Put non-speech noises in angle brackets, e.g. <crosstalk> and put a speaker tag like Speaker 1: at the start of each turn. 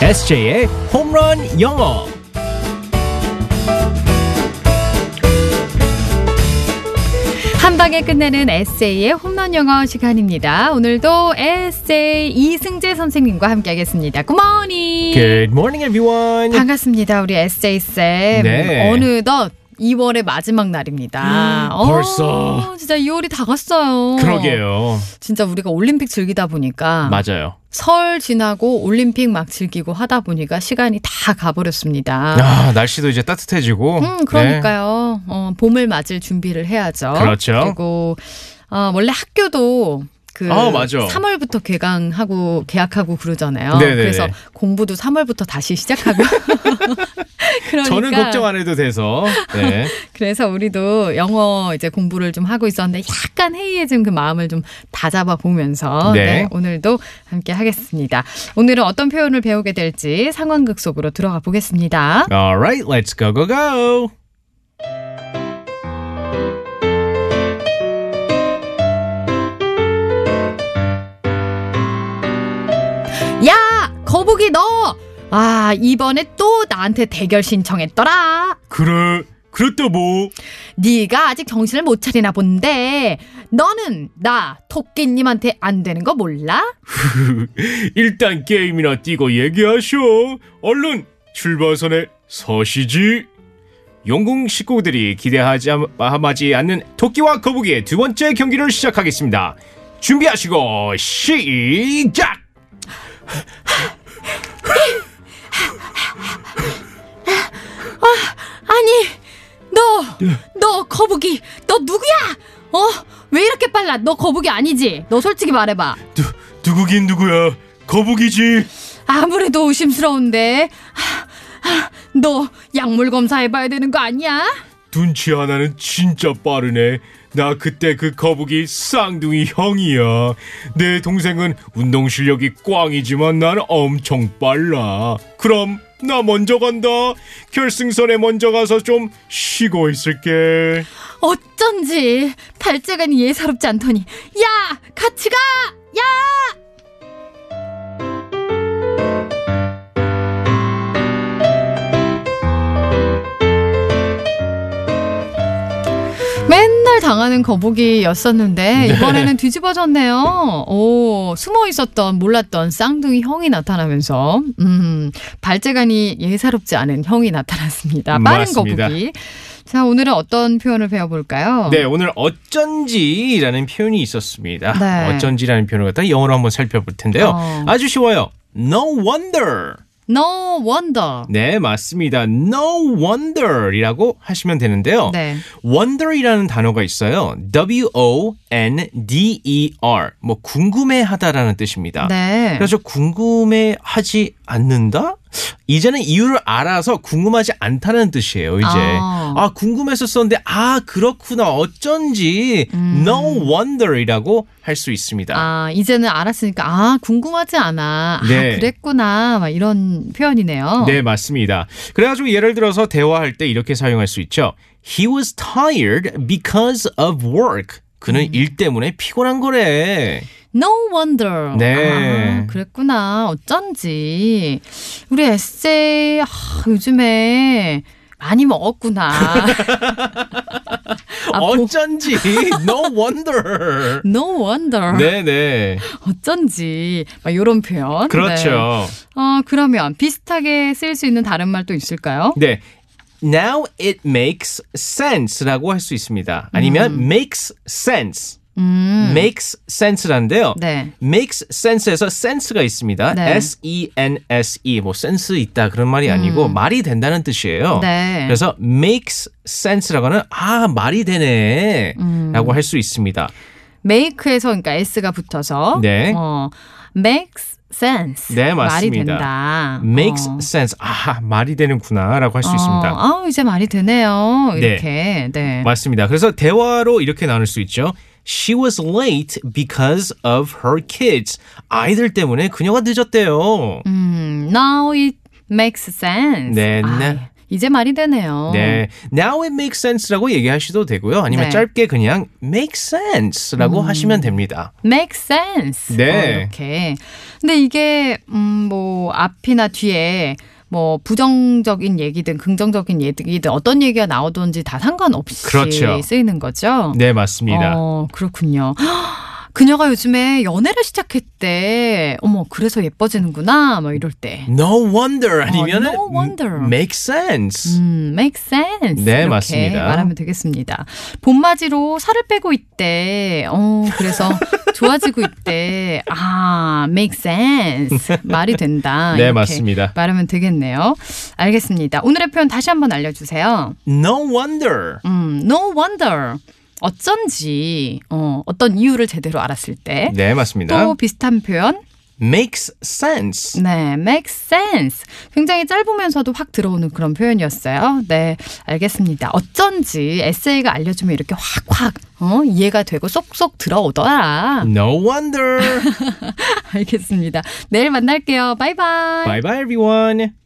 Speaker 1: SJ의 홈런 영어.
Speaker 2: 한 방에 끝내는 에세이의 홈런 영어 시간입니다. 오늘도 에세이 이승재 선생님과 함께하겠습니다. 굿모닝.
Speaker 1: Good morning, everyone.
Speaker 2: 반갑습니다, 우리 에세이 쌤.
Speaker 1: 네.
Speaker 2: 어느덧 2월의 마지막 날입니다. 어,
Speaker 1: 음, 벌써.
Speaker 2: 진짜 2월이 다 갔어요.
Speaker 1: 그러게요.
Speaker 2: 진짜 우리가 올림픽 즐기다 보니까
Speaker 1: 맞아요.
Speaker 2: 설 지나고 올림픽 막 즐기고 하다 보니까 시간이 다 가버렸습니다.
Speaker 1: 아, 날씨도 이제 따뜻해지고. 네.
Speaker 2: 음, 그러니까요. 어, 봄을 맞을 준비를 해야죠.
Speaker 1: 그렇죠.
Speaker 2: 그리고 어, 원래 학교도 그
Speaker 1: 아, 맞아.
Speaker 2: 3월부터 개강하고 개학하고 그러잖아요.
Speaker 1: 네네네.
Speaker 2: 그래서 공부도 3월부터 다시 시작하고. <laughs>
Speaker 1: 네.
Speaker 2: 그러니까
Speaker 1: 저는 걱정 안 해도 돼서. 네.
Speaker 2: 그래서 우리도 영어 이제 공부를 좀 하고 있었는데 약간 해이해진 그 마음을 좀 다잡아 보면서
Speaker 1: 네.
Speaker 2: 오늘도 함께 하겠습니다. 오늘은 어떤 표현을 배우게 될지 상황극 속으로 들어가 보겠습니다.
Speaker 1: All right, let's go, go, go.
Speaker 2: 야 거북이 너! 아 이번에 또 나한테 대결 신청했더라.
Speaker 1: 그래, 그랬다 뭐.
Speaker 2: 네가 아직 정신을 못 차리나 본데 너는 나 토끼님한테 안 되는 거 몰라?
Speaker 1: 일단 게임이나 뛰고 얘기하쇼. 얼른 출발선에 서시지. 영국 식구들이 기대하지 않- 함하지 않는 토끼와 거북이의 두 번째 경기를 시작하겠습니다. 준비하시고 시작.
Speaker 2: 아니, 너, 너 거북이, 너 누구야? 어? 왜 이렇게 빨라? 너 거북이 아니지? 너 솔직히 말해봐.
Speaker 1: 누 누구긴 누구야? 거북이지.
Speaker 2: 아무래도 의심스러운데. 하, 하, 너 약물 검사해봐야 되는 거 아니야?
Speaker 1: 눈치 하나는 진짜 빠르네. 나 그때 그 거북이 쌍둥이 형이야. 내 동생은 운동 실력이 꽝이지만 난 엄청 빨라. 그럼 나 먼저 간다. 결승선에 먼저 가서 좀 쉬고 있을게.
Speaker 2: 어쩐지 발재간이 예사롭지 않더니. 야, 같이 가! 야! 맨날 당하는
Speaker 1: 네.
Speaker 2: 거북이였었는데 이번에는 뒤집어졌네요. 오 숨어 있었던 몰랐던 쌍둥이 형이 나타나면서 음, 발재간이 예사롭지 않은 형이 나타났습니다. 빠른
Speaker 1: 맞습니다.
Speaker 2: 거북이. 자 오늘은 어떤 표현을 배워볼까요?
Speaker 1: 네, 오늘 어쩐지라는 표현이 있었습니다.
Speaker 2: 네.
Speaker 1: 어쩐지라는 표현을 갖다 영어로 한번 살펴볼 텐데요.
Speaker 2: 어.
Speaker 1: 아주 쉬워요. No wonder.
Speaker 2: No wonder.
Speaker 1: 네, 맞습니다. No wonder이라고 하시면 되는데요.
Speaker 2: 네.
Speaker 1: wonder이라는 단어가 있어요. W O N D E R. 뭐 궁금해하다라는 뜻입니다.
Speaker 2: 네.
Speaker 1: 아, 그래서 궁금해하지 않는다? 이제는 이유를 알아서 궁금하지 않다는 뜻이에요. 이제
Speaker 2: 아.
Speaker 1: 아 궁금했었었는데 아 그렇구나 어쩐지
Speaker 2: 음.
Speaker 1: no wonder이라고 할 수 있습니다.
Speaker 2: 아 이제는 알았으니까 아 궁금하지 않아.
Speaker 1: 네.
Speaker 2: 아 그랬구나. 막 이런 표현이네요.
Speaker 1: 네, 맞습니다. 그래가지고 예를 들어서 대화할 때 이렇게 사용할 수 있죠. He was tired because of work. 그는
Speaker 2: 음.
Speaker 1: 일 때문에 피곤한 거래.
Speaker 2: No wonder.
Speaker 1: 네.
Speaker 2: 아, 그랬구나. 어쩐지. 우리 에세이, 아, 요즘에
Speaker 1: <laughs>
Speaker 2: 많이 먹었구나. 아, 보-
Speaker 1: 어쩐지
Speaker 2: <laughs>
Speaker 1: no wonder.
Speaker 2: No wonder.
Speaker 1: 네, 네.
Speaker 2: 어쩐지. 막 이런 표현. 네.
Speaker 1: 그렇죠.
Speaker 2: 어, 그러면 비슷하게 쓸 수 있는 다른 말 또 있을까요?
Speaker 1: 네. Now it makes sense라고 할 수 있습니다. 아니면
Speaker 2: 음.
Speaker 1: makes sense. makes sense란데요.
Speaker 2: 네.
Speaker 1: makes sense에서 sense가 있습니다.
Speaker 2: 네. 음.
Speaker 1: S E N S E 뭐 센스 있다 그런 말이 아니고 말이 된다는 뜻이에요.
Speaker 2: 네.
Speaker 1: 그래서 makes sense라고는 아 말이
Speaker 2: 음.
Speaker 1: 되네라고 할 수 있습니다.
Speaker 2: make에서 그러니까 s가 붙어서
Speaker 1: 네.
Speaker 2: 어, makes sense.
Speaker 1: 네,
Speaker 2: 말이
Speaker 1: 맞습니다.
Speaker 2: 된다.
Speaker 1: makes
Speaker 2: 어.
Speaker 1: sense 아 말이 되는구나라고 할 수 있습니다.
Speaker 2: 어, 아, 이제 말이 되네요.
Speaker 1: 네.
Speaker 2: 이렇게. 네.
Speaker 1: 맞습니다. 그래서 대화로 이렇게 나눌 수 있죠. She was late because of her kids. 아이들 때문에 그녀가 늦었대요.
Speaker 2: 음, now it makes sense.
Speaker 1: 네,
Speaker 2: 아,
Speaker 1: 네.
Speaker 2: 이제 말이 되네요.
Speaker 1: 네. Now it makes sense라고 얘기하셔도 되고요. 아니면
Speaker 2: 어. 네. 음.
Speaker 1: 짧게 그냥 make sense라고 하시면 됩니다.
Speaker 2: make sense.
Speaker 1: 네.
Speaker 2: 어, 이렇게. 근데 이게 음 뭐 앞이나 뒤에 뭐 부정적인 얘기든 긍정적인 얘기든 어떤 얘기가 나오든지 다 상관없이
Speaker 1: 그렇죠.
Speaker 2: 쓰이는 거죠.
Speaker 1: 네, 맞습니다.
Speaker 2: 어, 그렇군요. <gasps> 그녀가 요즘에 연애를 시작했대. 어머, 그래서 예뻐지는구나. 막 이럴 때.
Speaker 1: No wonder 아니면
Speaker 2: 어, no wonder.
Speaker 1: make sense.
Speaker 2: 음, make sense.
Speaker 1: 네,
Speaker 2: 이렇게
Speaker 1: 맞습니다.
Speaker 2: 말하면 되겠습니다. 봄맞이로 살을 빼고 있대. 어,
Speaker 1: <laughs>
Speaker 2: 그래서 좋아지고 있대. 아, make sense. 말이 된다.
Speaker 1: <laughs> 네,
Speaker 2: 아, 이렇게
Speaker 1: 맞습니다.
Speaker 2: 말하면 되겠네요. 알겠습니다. 오늘의 표현 다시 한번 알려주세요.
Speaker 1: No wonder.
Speaker 2: 음, no wonder. 어쩐지 어, 어떤 이유를 제대로 알았을 때.
Speaker 1: 네, 맞습니다.
Speaker 2: 또 비슷한 표현,
Speaker 1: makes sense.
Speaker 2: 네, make sense. 굉장히 짧으면서도 확 들어오는 그런 표현이었어요. 네, 알겠습니다. 어쩐지 에세이가 알려주면 이렇게 확확 어, 이해가 되고 쏙쏙 <laughs> 들어오더라.
Speaker 1: No wonder.
Speaker 2: 알겠습니다. 내일 만날게요. 바이바이.
Speaker 1: bye bye everyone.